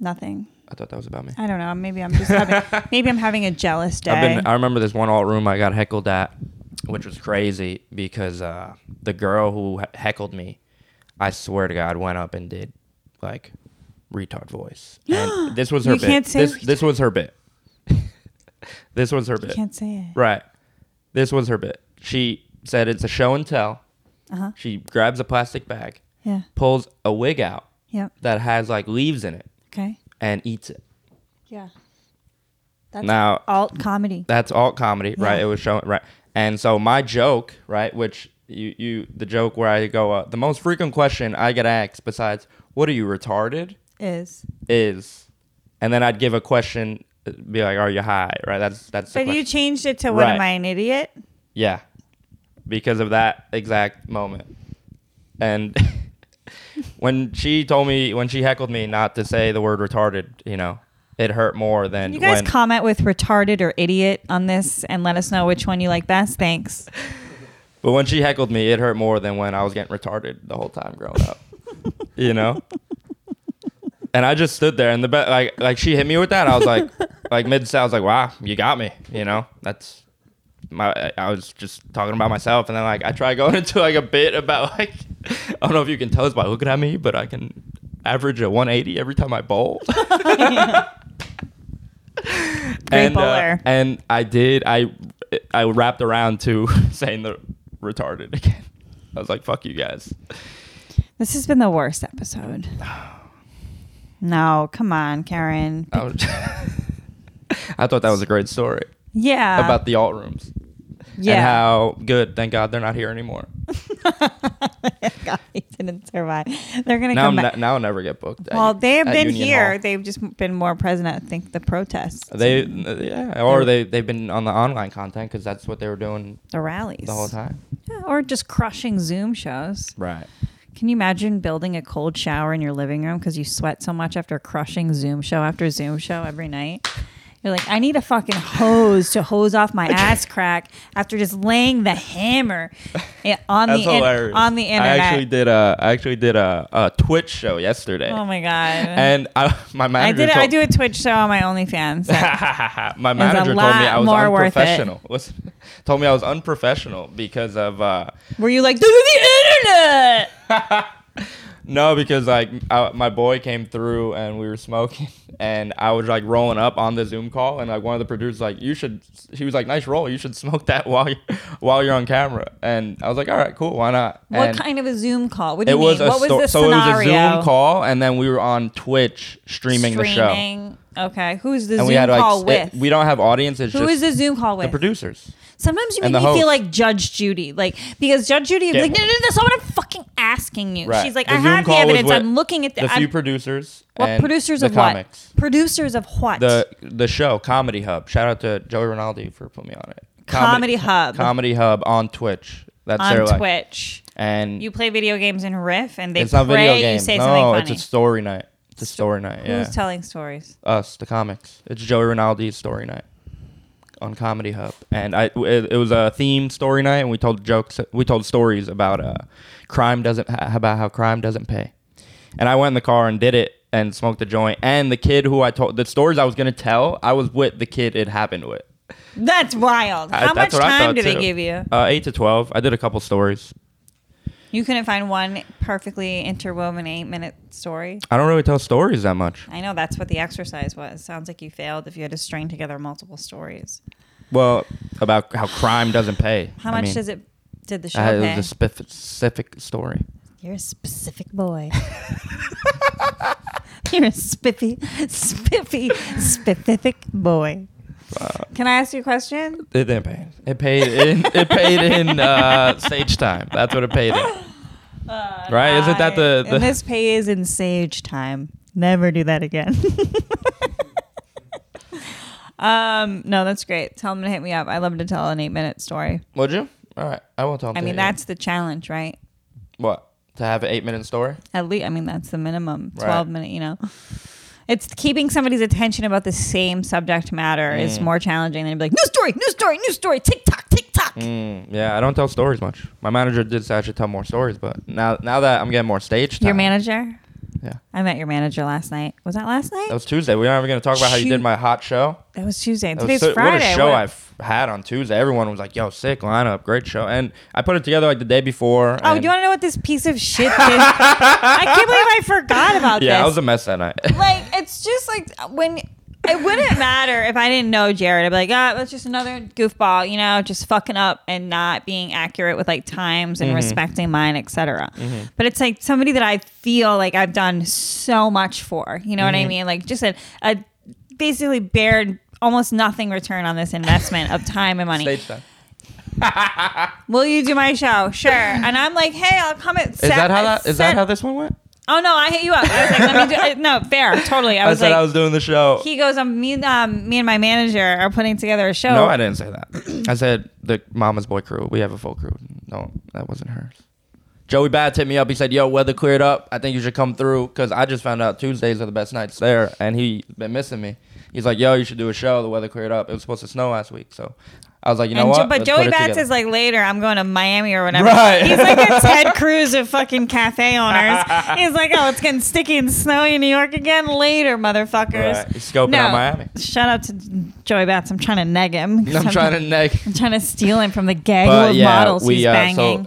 [SPEAKER 3] Nothing.
[SPEAKER 2] I thought that was about me.
[SPEAKER 3] I don't know. Maybe I'm
[SPEAKER 2] [laughs]
[SPEAKER 3] just having. maybe I'm having a jealous day.
[SPEAKER 2] I've been, I remember this one alt room I got heckled at, which was crazy because uh, the girl who he- heckled me, I swear to God, went up and did like retard
[SPEAKER 3] [gasps]
[SPEAKER 2] voice. And this was her
[SPEAKER 3] You
[SPEAKER 2] bit.
[SPEAKER 3] can't say
[SPEAKER 2] this, this was her bit. [laughs] this was her bit.
[SPEAKER 3] can't say it.
[SPEAKER 2] Right. This was her bit. She said it's a show and tell.
[SPEAKER 3] Uh-huh.
[SPEAKER 2] She grabs a plastic bag,
[SPEAKER 3] Yeah.
[SPEAKER 2] pulls a wig out
[SPEAKER 3] Yep.
[SPEAKER 2] that has like leaves in it,
[SPEAKER 3] Okay.
[SPEAKER 2] and eats it.
[SPEAKER 3] Yeah. That's
[SPEAKER 2] Now,
[SPEAKER 3] alt comedy.
[SPEAKER 2] that's alt comedy, right?
[SPEAKER 3] Yeah.
[SPEAKER 2] It was showing right, and so my joke, right, which you you the joke where I go, uh, the most frequent question I get asked besides "What are you retarded?"
[SPEAKER 3] Is
[SPEAKER 2] is, and then I'd give a question, uh, be like, "Are you high?" Right? That's that's. the
[SPEAKER 3] but you
[SPEAKER 2] question.
[SPEAKER 3] changed it to what
[SPEAKER 2] Right.
[SPEAKER 3] am I an idiot?
[SPEAKER 2] yeah, because of that exact moment, and. [laughs] When she told me, when she heckled me not to say the word retarded, you know, it hurt more than
[SPEAKER 3] You guys
[SPEAKER 2] when,
[SPEAKER 3] comment with retarded or idiot on this and let us know which one you like best. Thanks.
[SPEAKER 2] But when she heckled me, it hurt more than when I was getting retarded the whole time growing up. you know? [laughs] And I just stood there and the be- like like she hit me with that. I was like like mid I was like, "Wow, you got me." You know? That's my I- I was just talking about myself and then like I try going [laughs] into like a bit about like [laughs] I don't know if you can tell this by looking at me, but I can average a 180 every time I bowl. [laughs]
[SPEAKER 3] Great
[SPEAKER 2] and, uh,
[SPEAKER 3] bowler.
[SPEAKER 2] and I did. I I wrapped around to [laughs] saying the retarded again. I was like, "Fuck you guys."
[SPEAKER 3] This has been the worst episode. [sighs] No, come on, Karen.
[SPEAKER 2] I, was- I thought that was [laughs] a great story
[SPEAKER 3] Yeah. [laughs]
[SPEAKER 2] about the alt rooms and
[SPEAKER 3] Uh, yeah.
[SPEAKER 2] how good. Thank God they're not here
[SPEAKER 3] [laughs]
[SPEAKER 2] anymore.
[SPEAKER 3] God, he didn't survive. They're gonna
[SPEAKER 2] Now,
[SPEAKER 3] come
[SPEAKER 2] I'm
[SPEAKER 3] back.
[SPEAKER 2] ne- now I'll never get booked. at
[SPEAKER 3] Well,
[SPEAKER 2] U-
[SPEAKER 3] they have
[SPEAKER 2] at
[SPEAKER 3] been
[SPEAKER 2] Union
[SPEAKER 3] here.
[SPEAKER 2] Hall.
[SPEAKER 3] They've just been more present at I think the protests,
[SPEAKER 2] They, yeah, or they they've been on the online content because that's what they were doing
[SPEAKER 3] the rallies,
[SPEAKER 2] the whole time.
[SPEAKER 3] Yeah, or just crushing Zoom shows.
[SPEAKER 2] Right.
[SPEAKER 3] Can you imagine building a cold shower in your living room because you sweat so much after crushing Zoom show after Zoom show every night? You're like, I need a fucking hose to hose off
[SPEAKER 2] [laughs]
[SPEAKER 3] my ass crack after just laying the hammer i- on the
[SPEAKER 2] That's
[SPEAKER 3] in-
[SPEAKER 2] hilarious.
[SPEAKER 3] on the internet.
[SPEAKER 2] I actually did a I actually did a, a Twitch show yesterday.
[SPEAKER 3] oh my god!
[SPEAKER 2] and I, [laughs] my
[SPEAKER 3] I
[SPEAKER 2] manager
[SPEAKER 3] did.
[SPEAKER 2] told,
[SPEAKER 3] I do a Twitch show on my OnlyFans. So
[SPEAKER 2] [laughs] my manager told me
[SPEAKER 3] lot
[SPEAKER 2] I was
[SPEAKER 3] more worth it.
[SPEAKER 2] unprofessional. [laughs] Was, told me I was unprofessional because of uh,
[SPEAKER 3] Were you like, this is the internet?
[SPEAKER 2] no, because like I, my boy came through and we were smoking, [laughs] and I was like rolling up on the Zoom call, and like one of the producers like you should. He was like, "Nice roll. You should smoke that [laughs] while you're while you're on camera." And I was like, "All right, cool. Why not?"
[SPEAKER 3] What
[SPEAKER 2] And
[SPEAKER 3] kind of a Zoom call? What do
[SPEAKER 2] It
[SPEAKER 3] you
[SPEAKER 2] was
[SPEAKER 3] mean?
[SPEAKER 2] a
[SPEAKER 3] What was
[SPEAKER 2] sto-
[SPEAKER 3] the
[SPEAKER 2] so
[SPEAKER 3] scenario?
[SPEAKER 2] it was a Zoom call, and then we were on Twitch streaming, the show, and
[SPEAKER 3] Streaming. Okay, who's the Zoom
[SPEAKER 2] we had like
[SPEAKER 3] call
[SPEAKER 2] it-
[SPEAKER 3] with?
[SPEAKER 2] we don't have audience. It's
[SPEAKER 3] Who
[SPEAKER 2] just
[SPEAKER 3] is the Zoom call
[SPEAKER 2] the
[SPEAKER 3] with?
[SPEAKER 2] producers.
[SPEAKER 3] Sometimes you make
[SPEAKER 2] and
[SPEAKER 3] me
[SPEAKER 2] the
[SPEAKER 3] feel
[SPEAKER 2] host.
[SPEAKER 3] like Judge Judy, like because Judge Judy is
[SPEAKER 2] Yeah.
[SPEAKER 3] like, no, no, no, that's not what I'm fucking asking you.
[SPEAKER 2] Right.
[SPEAKER 3] She's like,
[SPEAKER 2] The
[SPEAKER 3] I
[SPEAKER 2] Zoom
[SPEAKER 3] have the
[SPEAKER 2] call was
[SPEAKER 3] evidence.
[SPEAKER 2] with
[SPEAKER 3] I'm looking at the,
[SPEAKER 2] the
[SPEAKER 3] I'm-
[SPEAKER 2] few producers.
[SPEAKER 3] what
[SPEAKER 2] and
[SPEAKER 3] producers
[SPEAKER 2] the
[SPEAKER 3] of
[SPEAKER 2] comics.
[SPEAKER 3] what? Producers of what?
[SPEAKER 2] The the show Comedy Hub. Shout out to Joey Rinaldi for putting me on it.
[SPEAKER 3] Comedy Hub.
[SPEAKER 2] Comedy Hub on Twitch. That's their
[SPEAKER 3] on
[SPEAKER 2] like-
[SPEAKER 3] Twitch,
[SPEAKER 2] and
[SPEAKER 3] you play video games and riff, and they
[SPEAKER 2] it's not video
[SPEAKER 3] pray,
[SPEAKER 2] games.
[SPEAKER 3] You say
[SPEAKER 2] no,
[SPEAKER 3] something funny.
[SPEAKER 2] it's a story night. It's a story night. Yeah.
[SPEAKER 3] Who's telling stories?
[SPEAKER 2] Us, the comics. It's Joey Rinaldi's story night on Comedy Hub, and I it, it was a themed story night, and we told jokes, we told stories about uh, crime doesn't ha- about how crime doesn't pay, and I went in the car and did it and smoked the joint, and the kid who I told the stories I was gonna tell, I was with the kid it happened with.
[SPEAKER 3] That's wild.
[SPEAKER 2] I-
[SPEAKER 3] How much
[SPEAKER 2] that's what I
[SPEAKER 3] time
[SPEAKER 2] thought,
[SPEAKER 3] do they
[SPEAKER 2] too.
[SPEAKER 3] give you?
[SPEAKER 2] Uh, eight to twelve. I did a couple stories.
[SPEAKER 3] You couldn't find one perfectly interwoven eight minute story.
[SPEAKER 2] I don't really tell stories that much.
[SPEAKER 3] I know that's what the exercise was. Sounds like you failed if you had to string together multiple stories.
[SPEAKER 2] Well, about how crime doesn't pay.
[SPEAKER 3] How
[SPEAKER 2] I
[SPEAKER 3] much
[SPEAKER 2] mean,
[SPEAKER 3] does it? Did the show
[SPEAKER 2] I-
[SPEAKER 3] pay?
[SPEAKER 2] It was a specific story.
[SPEAKER 3] You're a specific boy. [laughs] You're a spiffy, spiffy, specific boy. Can I ask you a question?
[SPEAKER 2] It didn't pay. It paid in. it paid in uh, stage time. That's what it paid in.
[SPEAKER 3] [laughs]
[SPEAKER 2] right? Uh, Isn't that the, the
[SPEAKER 3] Uh, and this pay is in sage time. Never do that again. [laughs] um, no, that's great. Tell them to hit me up. I love to tell an eight-minute story.
[SPEAKER 2] Would you? All right, I won't tell. Him
[SPEAKER 3] I
[SPEAKER 2] to
[SPEAKER 3] mean,
[SPEAKER 2] hit you.
[SPEAKER 3] that's the challenge, right?
[SPEAKER 2] what to have an eight-minute story.
[SPEAKER 3] At least, I mean, that's the minimum
[SPEAKER 2] Right.
[SPEAKER 3] 12 minute, you know. It's keeping somebody's attention about the same subject matter is
[SPEAKER 2] Mm.
[SPEAKER 3] more challenging than be like, new story, new story, new story, tick tock, tick tock.
[SPEAKER 2] Mm, yeah, I don't tell stories much. My manager did say I should tell more stories, but now now that I'm getting more stage time,
[SPEAKER 3] Your manager?
[SPEAKER 2] Yeah,
[SPEAKER 3] I met your manager last night. Was that last night?
[SPEAKER 2] that was Tuesday. We aren't even gonna talk about how you
[SPEAKER 3] Shoot.
[SPEAKER 2] did my hot show.
[SPEAKER 3] That was Tuesday.
[SPEAKER 2] That
[SPEAKER 3] Today's
[SPEAKER 2] was so-
[SPEAKER 3] Friday.
[SPEAKER 2] What a show
[SPEAKER 3] What-
[SPEAKER 2] I've had on Tuesday. Everyone was like, "Yo, sick lineup, great show," and I put it together like the day before.
[SPEAKER 3] Oh,
[SPEAKER 2] and-
[SPEAKER 3] do you want to know what this piece of shit did? I can't believe I forgot
[SPEAKER 2] [laughs]
[SPEAKER 3] about
[SPEAKER 2] Yeah, I
[SPEAKER 3] this.
[SPEAKER 2] was a mess that night.
[SPEAKER 3] like, it's just like when it wouldn't matter if I didn't know Jared. I'd be like, ah, that's just another goofball, you know, just fucking up and not being accurate with like times
[SPEAKER 2] Mm-hmm.
[SPEAKER 3] and respecting mine, etc. But it's like somebody that I feel like I've done so much for. You know what
[SPEAKER 2] Mm-hmm.
[SPEAKER 3] I mean? Like, just a, a basically bared almost nothing return on this investment of time and
[SPEAKER 2] [laughs]
[SPEAKER 3] money.
[SPEAKER 2] stage time.
[SPEAKER 3] Will you do my show? Sure. And I'm like, hey, I'll come at.
[SPEAKER 2] Is that how that is that how this one went?
[SPEAKER 3] Oh no, I hit you up. I was like, let me do. It. No, fair, totally. I
[SPEAKER 2] I
[SPEAKER 3] was
[SPEAKER 2] said
[SPEAKER 3] like,
[SPEAKER 2] I was doing the show.
[SPEAKER 3] he goes, um, me, um, me and my manager are putting together a show.
[SPEAKER 2] No, I didn't say that. I said the Mama's Boy crew. We have a full crew. No, that wasn't hers. Joey Bats hit me up. He said, "Yo, weather cleared up. I think you should come through because I just found out Tuesdays are the best nights there, and he been missing me. He's like, "Yo, you should do a show. The weather cleared up. It was supposed to snow last week, so I was like, you know
[SPEAKER 3] And Jo-
[SPEAKER 2] what?
[SPEAKER 3] but
[SPEAKER 2] Let's put
[SPEAKER 3] Joey
[SPEAKER 2] it
[SPEAKER 3] Bats
[SPEAKER 2] together."
[SPEAKER 3] is like later. I'm going to Miami or whatever.
[SPEAKER 2] Right.
[SPEAKER 3] He's
[SPEAKER 2] [laughs]
[SPEAKER 3] like a Ted Cruz of fucking cafe owners. He's like, oh, it's getting sticky and snowy in New York again. Later, motherfuckers.
[SPEAKER 2] Right. He's scoping out Miami.
[SPEAKER 3] Shout out to Joey Bats. I'm trying to neg him.
[SPEAKER 2] [laughs] I'm trying to neg.
[SPEAKER 3] I'm [laughs] trying to steal him from the gaggle
[SPEAKER 2] But
[SPEAKER 3] of
[SPEAKER 2] yeah,
[SPEAKER 3] models
[SPEAKER 2] we
[SPEAKER 3] he's
[SPEAKER 2] uh,
[SPEAKER 3] banging.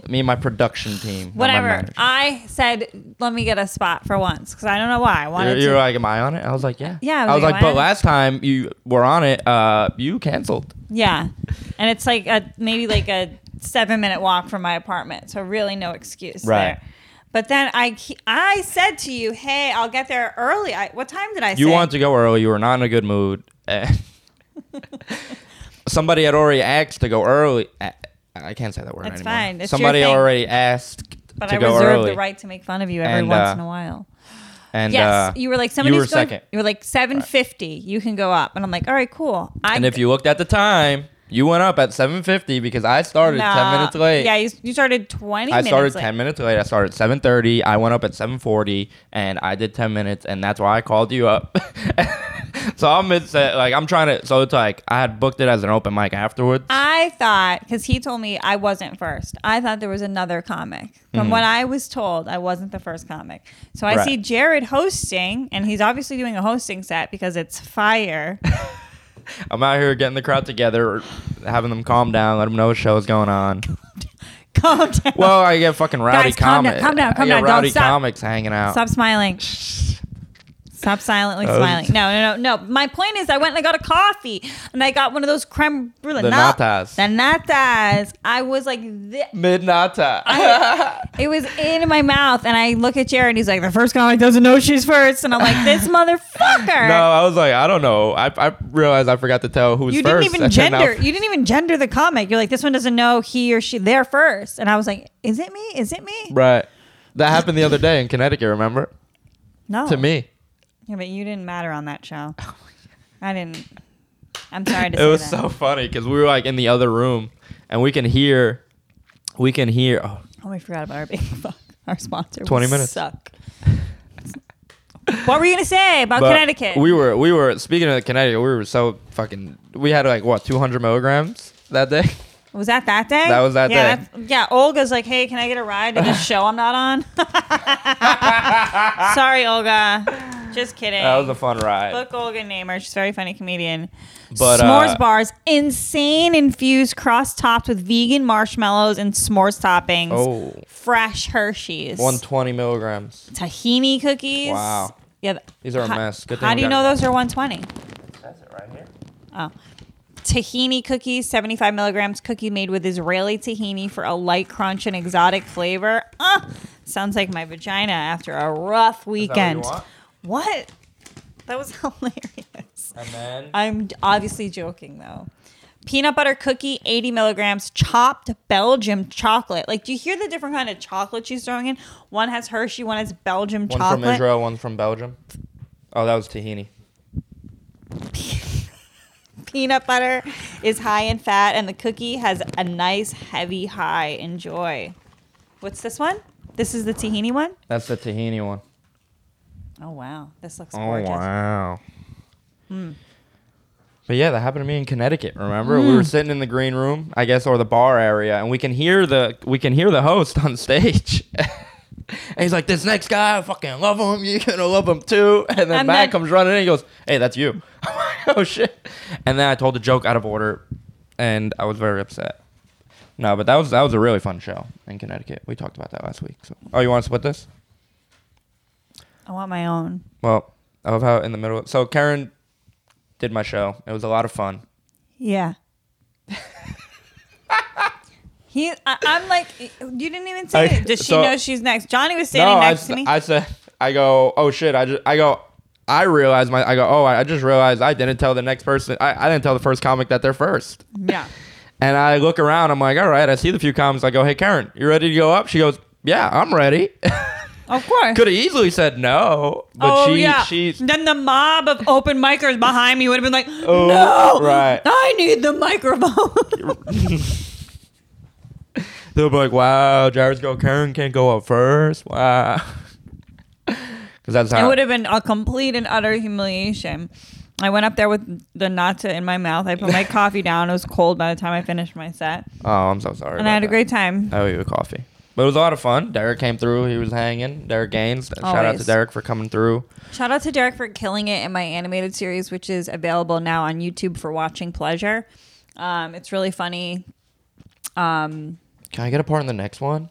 [SPEAKER 2] so me and my production team, not my
[SPEAKER 3] Whatever.
[SPEAKER 2] manager.
[SPEAKER 3] I said, let me get a spot for once because I don't know why I
[SPEAKER 2] You're,
[SPEAKER 3] wanted
[SPEAKER 2] you're
[SPEAKER 3] to.
[SPEAKER 2] like, am I on it? I was like, yeah.
[SPEAKER 3] Yeah,
[SPEAKER 2] I
[SPEAKER 3] I was
[SPEAKER 2] was
[SPEAKER 3] like,
[SPEAKER 2] like, but
[SPEAKER 3] am I on it?
[SPEAKER 2] last time you were on it, uh, you canceled.
[SPEAKER 3] Yeah, and it's like a maybe like a seven minute walk from my apartment, so really no excuse
[SPEAKER 2] Right.
[SPEAKER 3] there. But then I ke- I said to you, hey, I'll get there early. I, what time did I?
[SPEAKER 2] You
[SPEAKER 3] say?
[SPEAKER 2] wanted to go early. You were not in a good mood. and [laughs] Somebody had already asked to go early. I- I can't say that word
[SPEAKER 3] That's
[SPEAKER 2] anymore.
[SPEAKER 3] fine. It's your
[SPEAKER 2] Somebody
[SPEAKER 3] thing.
[SPEAKER 2] already asked
[SPEAKER 3] But
[SPEAKER 2] to
[SPEAKER 3] I
[SPEAKER 2] go
[SPEAKER 3] reserve
[SPEAKER 2] early.
[SPEAKER 3] the right to make fun of you every
[SPEAKER 2] And,
[SPEAKER 3] once
[SPEAKER 2] uh,
[SPEAKER 3] in a while.
[SPEAKER 2] And
[SPEAKER 3] yes,
[SPEAKER 2] uh,
[SPEAKER 3] you were like somebody's
[SPEAKER 2] you were
[SPEAKER 3] going.
[SPEAKER 2] second.
[SPEAKER 3] You were like seven fifty. You can go up, and I'm like, all right, cool. I,
[SPEAKER 2] And if you looked at the time, you went up at 7:50 because I started
[SPEAKER 3] Nah.
[SPEAKER 2] 10 minutes late.
[SPEAKER 3] Yeah, you, you started twenty.
[SPEAKER 2] I
[SPEAKER 3] minutes
[SPEAKER 2] started
[SPEAKER 3] late.
[SPEAKER 2] 10 minutes late. I started 7:30. I went up at 7:40 and I did 10 minutes and that's why I called you up. [laughs] so I'm it's uh, like I'm trying to so it's like I had booked it as an open mic afterwards.
[SPEAKER 3] I thought because he told me I wasn't first. I thought there was another comic. From what I was told, I wasn't the first comic. So I
[SPEAKER 2] Mm-hmm. Right.
[SPEAKER 3] see Jared hosting, and he's obviously doing a hosting set because
[SPEAKER 2] [laughs]
[SPEAKER 3] it's fire.
[SPEAKER 2] I'm out here getting the crowd together, having them calm down, let them know what show's going on.
[SPEAKER 3] Calm down.
[SPEAKER 2] Well, I get fucking rowdy
[SPEAKER 3] Guys, calm down,
[SPEAKER 2] comics.
[SPEAKER 3] calm down, calm
[SPEAKER 2] I get
[SPEAKER 3] down, don't
[SPEAKER 2] Rowdy
[SPEAKER 3] stop.
[SPEAKER 2] comics hanging out.
[SPEAKER 3] Stop smiling. Stop silently
[SPEAKER 2] was-
[SPEAKER 3] smiling. No, no, no, no. My point is, I went and I got a coffee, and I got one of those creme brulee.
[SPEAKER 2] The
[SPEAKER 3] No,
[SPEAKER 2] natas.
[SPEAKER 3] The natas. I was like, thi-
[SPEAKER 2] Midnight time.
[SPEAKER 3] It was in my mouth, and I look at Jared, and he's like, "The first comic doesn't know she's first. and I'm
[SPEAKER 2] [laughs]
[SPEAKER 3] like, "This motherfucker!"
[SPEAKER 2] no, I was like, I don't know. I, I realized I forgot to tell who's
[SPEAKER 3] you did
[SPEAKER 2] first.
[SPEAKER 3] didn't even
[SPEAKER 2] and then
[SPEAKER 3] gender.
[SPEAKER 2] I'll-
[SPEAKER 3] You didn't even gender the comic. You're like, "This one doesn't know he or she they're first. and I was like, "Is it me? Is it me?"
[SPEAKER 2] Right. That happened the other day in Connecticut. Remember?
[SPEAKER 3] No,
[SPEAKER 2] To me, Oh
[SPEAKER 3] Yeah, but you didn't matter on that show.
[SPEAKER 2] [laughs]
[SPEAKER 3] I didn't. I'm Oh, sorry to
[SPEAKER 2] it
[SPEAKER 3] say
[SPEAKER 2] was
[SPEAKER 3] that.
[SPEAKER 2] so funny because we were like in the other room, and we can hear, we can hear. Oh,
[SPEAKER 3] [laughs] oh, we forgot about our big fuck. Our sponsor.
[SPEAKER 2] 20
[SPEAKER 3] We
[SPEAKER 2] minutes.
[SPEAKER 3] suck. What were you gonna say about
[SPEAKER 2] But
[SPEAKER 3] Oh, Connecticut?
[SPEAKER 2] We were we were speaking of Connecticut. We were so fucking. We had like what 200 milligrams that day.
[SPEAKER 3] was that that day?
[SPEAKER 2] That was that
[SPEAKER 3] yeah,
[SPEAKER 2] day.
[SPEAKER 3] that's- yeah, Olga's like, hey, can I get a ride
[SPEAKER 2] [laughs]
[SPEAKER 3] to this show I'm not on? [laughs] Sorry, Olga. Just kidding.
[SPEAKER 2] That was a fun ride.
[SPEAKER 3] Book Olga Namer. She's a very funny comedian.
[SPEAKER 2] But,
[SPEAKER 3] s'mores
[SPEAKER 2] uh,
[SPEAKER 3] bars, insane infused cross topped with vegan marshmallows and s'mores toppings.
[SPEAKER 2] Oh.
[SPEAKER 3] Fresh Hershey's.
[SPEAKER 2] 120 milligrams.
[SPEAKER 3] tahini cookies.
[SPEAKER 2] Wow.
[SPEAKER 3] Yeah. th-
[SPEAKER 2] These are a
[SPEAKER 3] ho-
[SPEAKER 2] mess. Good thing
[SPEAKER 3] how
[SPEAKER 2] we
[SPEAKER 3] do you
[SPEAKER 2] got
[SPEAKER 3] know
[SPEAKER 2] it.
[SPEAKER 3] those are 120?
[SPEAKER 2] That's it right here.
[SPEAKER 3] Oh. Tahini cookies, 75 milligrams cookie made with Israeli tahini for a light crunch and exotic flavor. Ah, sounds like my vagina after a rough weekend.
[SPEAKER 2] want?
[SPEAKER 3] What? That was [laughs] hilarious.
[SPEAKER 2] And then
[SPEAKER 3] I'm obviously joking though. Peanut butter cookie, 80 milligrams, chopped Belgium chocolate. Like, do you hear the different kind of chocolate she's throwing in? One has Hershey, one has Belgium
[SPEAKER 2] one
[SPEAKER 3] chocolate.
[SPEAKER 2] from Israel, one from Belgium. Oh, that was tahini.
[SPEAKER 3] Peanut butter is high in fat, and the cookie has a nice, heavy high. Enjoy. What's this one? This is the tahini one?
[SPEAKER 2] That's the tahini one.
[SPEAKER 3] Oh, wow. This looks
[SPEAKER 2] Oh
[SPEAKER 3] gorgeous. Hmm.
[SPEAKER 2] wow. But yeah, that happened to me in Connecticut. Remember,
[SPEAKER 3] Hmm.
[SPEAKER 2] we were sitting in the green room, I guess, or the bar area, and we can hear the we can hear the host [laughs] on stage. and he's like, "This next guy, I fucking love him. You're gonna love him too." And then Matt
[SPEAKER 3] And then-
[SPEAKER 2] comes running in. He goes, "Hey, that's you." [laughs] I'm like, oh shit! And then I told the joke out of order, and I was very upset. No, but that was that was a really fun show in Connecticut. We talked about that last week. So, oh, you want to split this?
[SPEAKER 3] I want my own.
[SPEAKER 2] Well, I love how in the middle. So Karen did my show. It was a lot of fun.
[SPEAKER 3] Yeah. [laughs] he, I, I'm like, you didn't even say
[SPEAKER 2] I-
[SPEAKER 3] it. Does she
[SPEAKER 2] so-
[SPEAKER 3] know she's next? Johnny was standing
[SPEAKER 2] I,
[SPEAKER 3] next
[SPEAKER 2] s-
[SPEAKER 3] to me.
[SPEAKER 2] I said, I go, oh shit. I just, I go, I realized my, I go, oh, I, I just realized I didn't tell the next person. I, I didn't tell the first comic that they're first.
[SPEAKER 3] yeah.
[SPEAKER 2] And I look around. I'm like, all right. I see the few comics. I go, hey Karen, you ready to go up? She goes, yeah, I'm ready. [laughs]
[SPEAKER 3] Of course.
[SPEAKER 2] Could have easily said no, but
[SPEAKER 3] oh,
[SPEAKER 2] she,
[SPEAKER 3] yeah.
[SPEAKER 2] she's
[SPEAKER 3] then the mob of open micers behind me would have been like,
[SPEAKER 2] Oh,
[SPEAKER 3] no,
[SPEAKER 2] right.
[SPEAKER 3] I need the microphone.
[SPEAKER 2] They'll be like, wow, Jared's go, Karen can't go up first. Wow. [laughs] Because that's
[SPEAKER 3] It
[SPEAKER 2] how.
[SPEAKER 3] would have been a complete and utter humiliation. I went up there with the nata in my mouth. I
[SPEAKER 2] [laughs]
[SPEAKER 3] put my coffee down. It was cold by the time I finished my set,
[SPEAKER 2] Oh, I'm so sorry.
[SPEAKER 3] and I
[SPEAKER 2] about
[SPEAKER 3] had a
[SPEAKER 2] that. Uh,
[SPEAKER 3] great time.
[SPEAKER 2] I owe you a coffee. But it was a lot of fun. Derek came through. He was hanging. Derek Gaines. Shout out to
[SPEAKER 3] Always.
[SPEAKER 2] Derek for coming through.
[SPEAKER 3] Shout out to Derek for killing it in my animated series, which is available now on YouTube for watching pleasure. Um, it's really funny. Um,
[SPEAKER 2] Can I get a part in the next one?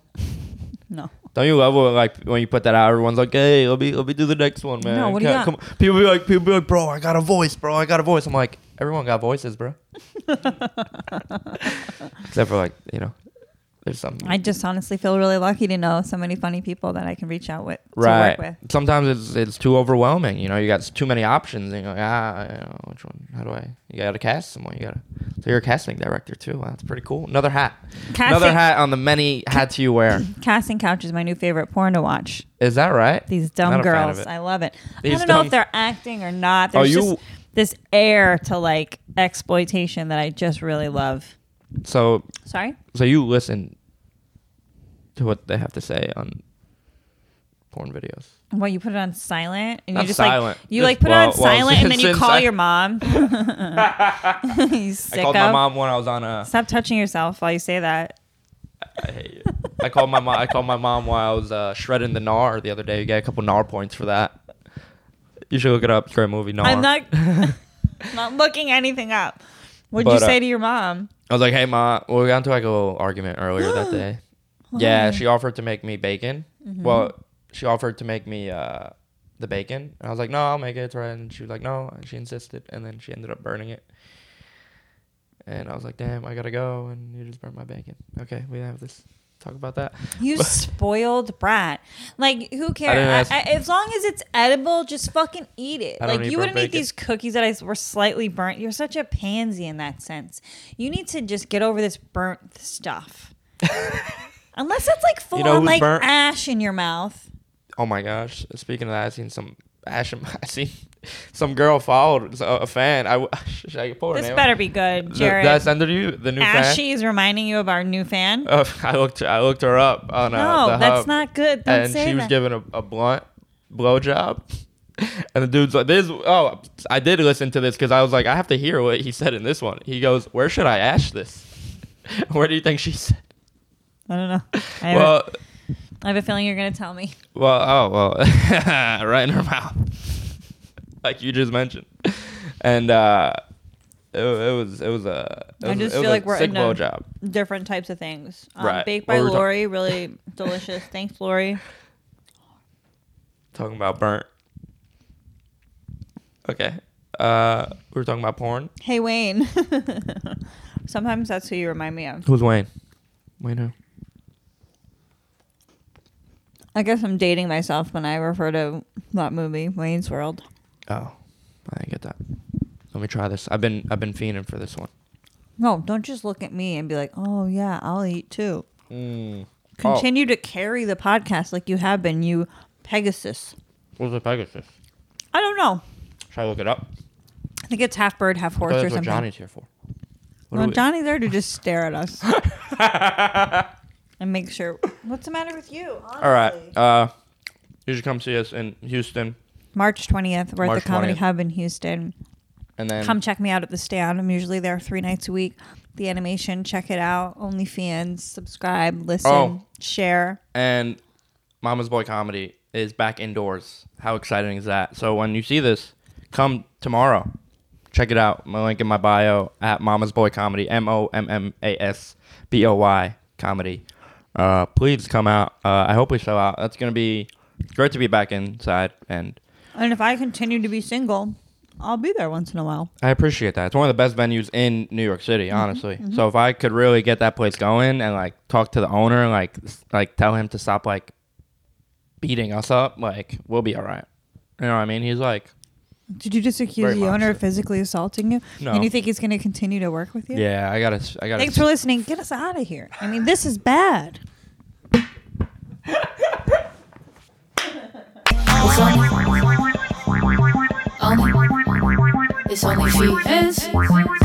[SPEAKER 3] no.
[SPEAKER 2] Don't you love when, like when you put that out? Everyone's like, "Hey, let me let me do the next one, man."
[SPEAKER 3] No, what do you
[SPEAKER 2] Can-
[SPEAKER 3] got?
[SPEAKER 2] on." People be like, people be like, "Bro, I got a voice, bro. I got a voice." I'm like, everyone got voices,
[SPEAKER 3] [laughs]
[SPEAKER 2] bro. Except for like you know, there's some
[SPEAKER 3] I just honestly feel really lucky to know so many funny people that I can reach out with
[SPEAKER 2] right.
[SPEAKER 3] to work with.
[SPEAKER 2] Sometimes it's it's too overwhelming. You know, you got too many options, and you're like, ah, you know, which one? How do I? You gotta cast someone. You gotta. So you're a casting director too. Wow, that's pretty cool. Another hat. Another
[SPEAKER 3] Casting-
[SPEAKER 2] hat on the many hats you
[SPEAKER 3] [coughs]
[SPEAKER 2] wear.
[SPEAKER 3] Casting Couch is my new favorite porn to watch.
[SPEAKER 2] Is that right?
[SPEAKER 3] These dumb
[SPEAKER 2] Not a fan of
[SPEAKER 3] girls.
[SPEAKER 2] it.
[SPEAKER 3] I love it.
[SPEAKER 2] These
[SPEAKER 3] I don't know
[SPEAKER 2] dumb-
[SPEAKER 3] if they're acting or not.
[SPEAKER 2] Oh,
[SPEAKER 3] There's
[SPEAKER 2] you-
[SPEAKER 3] just this air to like exploitation that I just really love.
[SPEAKER 2] So
[SPEAKER 3] Sorry?
[SPEAKER 2] so you listen to what they have to say on porn videos.
[SPEAKER 3] What you put it on silent and
[SPEAKER 2] Not
[SPEAKER 3] you just
[SPEAKER 2] silent.
[SPEAKER 3] like you
[SPEAKER 2] Just-
[SPEAKER 3] like put
[SPEAKER 2] well-
[SPEAKER 3] it on
[SPEAKER 2] well,
[SPEAKER 3] silent and then you
[SPEAKER 2] since
[SPEAKER 3] call
[SPEAKER 2] I- [laughs]
[SPEAKER 3] your mom. [laughs] you
[SPEAKER 2] I called my
[SPEAKER 3] sicko.
[SPEAKER 2] mom when I was on a.
[SPEAKER 3] Stop touching yourself while you say that.
[SPEAKER 2] I hate you. I called my mom. I called my mom while I was uh, shredding the gnar the other day. You get a couple gnar points for that. You should look it up. It's a great movie. Gnar.
[SPEAKER 3] I'm not
[SPEAKER 2] [laughs]
[SPEAKER 3] [laughs] not looking anything up. What'd
[SPEAKER 2] But,
[SPEAKER 3] you
[SPEAKER 2] uh,
[SPEAKER 3] say to your mom?
[SPEAKER 2] I was like, "Hey, ma, well, we got into like a little argument earlier that day." Yeah, she offered to make me bacon. Well, she offered to make me uh, the bacon, and I was like, "No, I'll make it." It's all right. And she was like, "No," and she insisted, and then she ended up burning it. And I was like, "Damn, I gotta go," and you just burned my bacon. Okay, we have this. Talk about that.
[SPEAKER 3] You spoiled brat. Like, who
[SPEAKER 2] didn't
[SPEAKER 3] cares?
[SPEAKER 2] ask-
[SPEAKER 3] I, I, as long as it's edible, just fucking eat it.
[SPEAKER 2] I don't
[SPEAKER 3] Like,
[SPEAKER 2] eat
[SPEAKER 3] you
[SPEAKER 2] burnt
[SPEAKER 3] wouldn't eat
[SPEAKER 2] bacon.
[SPEAKER 3] these cookies that I s- were slightly burnt. You're such a pansy in that sense. You need to just get over this burnt stuff.
[SPEAKER 2] [laughs]
[SPEAKER 3] Unless it's like full
[SPEAKER 2] know
[SPEAKER 3] on
[SPEAKER 2] who's
[SPEAKER 3] like
[SPEAKER 2] burnt?
[SPEAKER 3] ash in your mouth.
[SPEAKER 2] Oh my gosh! Speaking of that, I seen some. [laughs] Ash, I seen some girl followed a a fan. I w- [laughs] should I pull her
[SPEAKER 3] This
[SPEAKER 2] name?
[SPEAKER 3] better be good, Jared.
[SPEAKER 2] Did I send her to you? The new fan.
[SPEAKER 3] Ashy is reminding you of our new fan.
[SPEAKER 2] Uh, [laughs] I looked I looked her up on uh,
[SPEAKER 3] no,
[SPEAKER 2] the
[SPEAKER 3] that's
[SPEAKER 2] hub,
[SPEAKER 3] not good. Don't
[SPEAKER 2] and
[SPEAKER 3] say
[SPEAKER 2] she was
[SPEAKER 3] that.
[SPEAKER 2] given a, a blunt blowjob. [laughs] And the dude's like, "This oh, I did listen to this because I was like, I have to hear what he said in this one." He goes, "Where should I ash this? [laughs] Where do you think she said?"
[SPEAKER 3] I don't know. I have,
[SPEAKER 2] Well,
[SPEAKER 3] a, I have a feeling you're gonna tell me.
[SPEAKER 2] well, oh, well, [laughs] right in her mouth, like you just mentioned. And uh, it, it was it was a it
[SPEAKER 3] I
[SPEAKER 2] was,
[SPEAKER 3] just
[SPEAKER 2] it was a
[SPEAKER 3] feel like we're
[SPEAKER 2] sick
[SPEAKER 3] into-
[SPEAKER 2] blowjob.
[SPEAKER 3] Different types of things. Um,
[SPEAKER 2] Right.
[SPEAKER 3] Baked
[SPEAKER 2] What
[SPEAKER 3] by
[SPEAKER 2] were we talking-
[SPEAKER 3] Lori, really delicious. Thanks, Lori.
[SPEAKER 2] Talking about burnt. Okay, uh, we were talking about porn.
[SPEAKER 3] Hey Wayne. [laughs] Sometimes that's who you remind me of.
[SPEAKER 2] Who's Wayne? Wayne who?
[SPEAKER 3] I guess I'm dating myself when I refer to that movie, Wayne's World.
[SPEAKER 2] Oh, I didn't get that. Let me try this. I've been I've been fiending for this one.
[SPEAKER 3] No, don't just look at me and be like, "Oh yeah, I'll eat too."
[SPEAKER 2] Mm.
[SPEAKER 3] Continue to carry the podcast like you have been, you Pegasus.
[SPEAKER 2] Oh, What's a Pegasus?
[SPEAKER 3] I don't know.
[SPEAKER 2] Should I look it up?
[SPEAKER 3] I think it's half bird, half
[SPEAKER 2] I
[SPEAKER 3] horse
[SPEAKER 2] thought
[SPEAKER 3] or
[SPEAKER 2] that's
[SPEAKER 3] something.
[SPEAKER 2] what Johnny's here for. What
[SPEAKER 3] well,
[SPEAKER 2] do we-
[SPEAKER 3] Johnny's there to just stare at us [laughs] and make sure. What's the matter with you?
[SPEAKER 2] All right. Uh, you should come see us in Houston,
[SPEAKER 3] March twentieth, we're
[SPEAKER 2] March
[SPEAKER 3] at the Comedy
[SPEAKER 2] 20th.
[SPEAKER 3] Hub in Houston.
[SPEAKER 2] and then
[SPEAKER 3] Come check me out at the stand. I'm usually there three nights a week. The animation, check it out. OnlyFans, subscribe, listen,
[SPEAKER 2] Oh.
[SPEAKER 3] share.
[SPEAKER 2] and Mama's Boy Comedy is back indoors. How exciting is that? So when you see this, come tomorrow. Check it out. My link in my bio at Mama's Boy Comedy. M O M M A S B O Y Comedy. Uh, please come out. Uh, I hope we show out. That's gonna be great to be back inside, and
[SPEAKER 3] And if I continue to be single, I'll be there once in a while.
[SPEAKER 2] I appreciate that. It's one of the best venues in New York City,
[SPEAKER 3] Mm-hmm.
[SPEAKER 2] honestly. So if I could really get that place going and like talk to the owner and like s- like tell him to stop like beating us up, like we'll be all right. You know what I mean? He's like,
[SPEAKER 3] Did you just accuse
[SPEAKER 2] Very
[SPEAKER 3] the owner
[SPEAKER 2] much
[SPEAKER 3] of physically assaulting you?
[SPEAKER 2] No.
[SPEAKER 3] And you think he's going to continue to work with you?
[SPEAKER 2] yeah, I gotta, s- I gotta.
[SPEAKER 3] Thanks for listening. Get us out of here. I mean, this is bad.
[SPEAKER 1] It's only, only, it's only she is.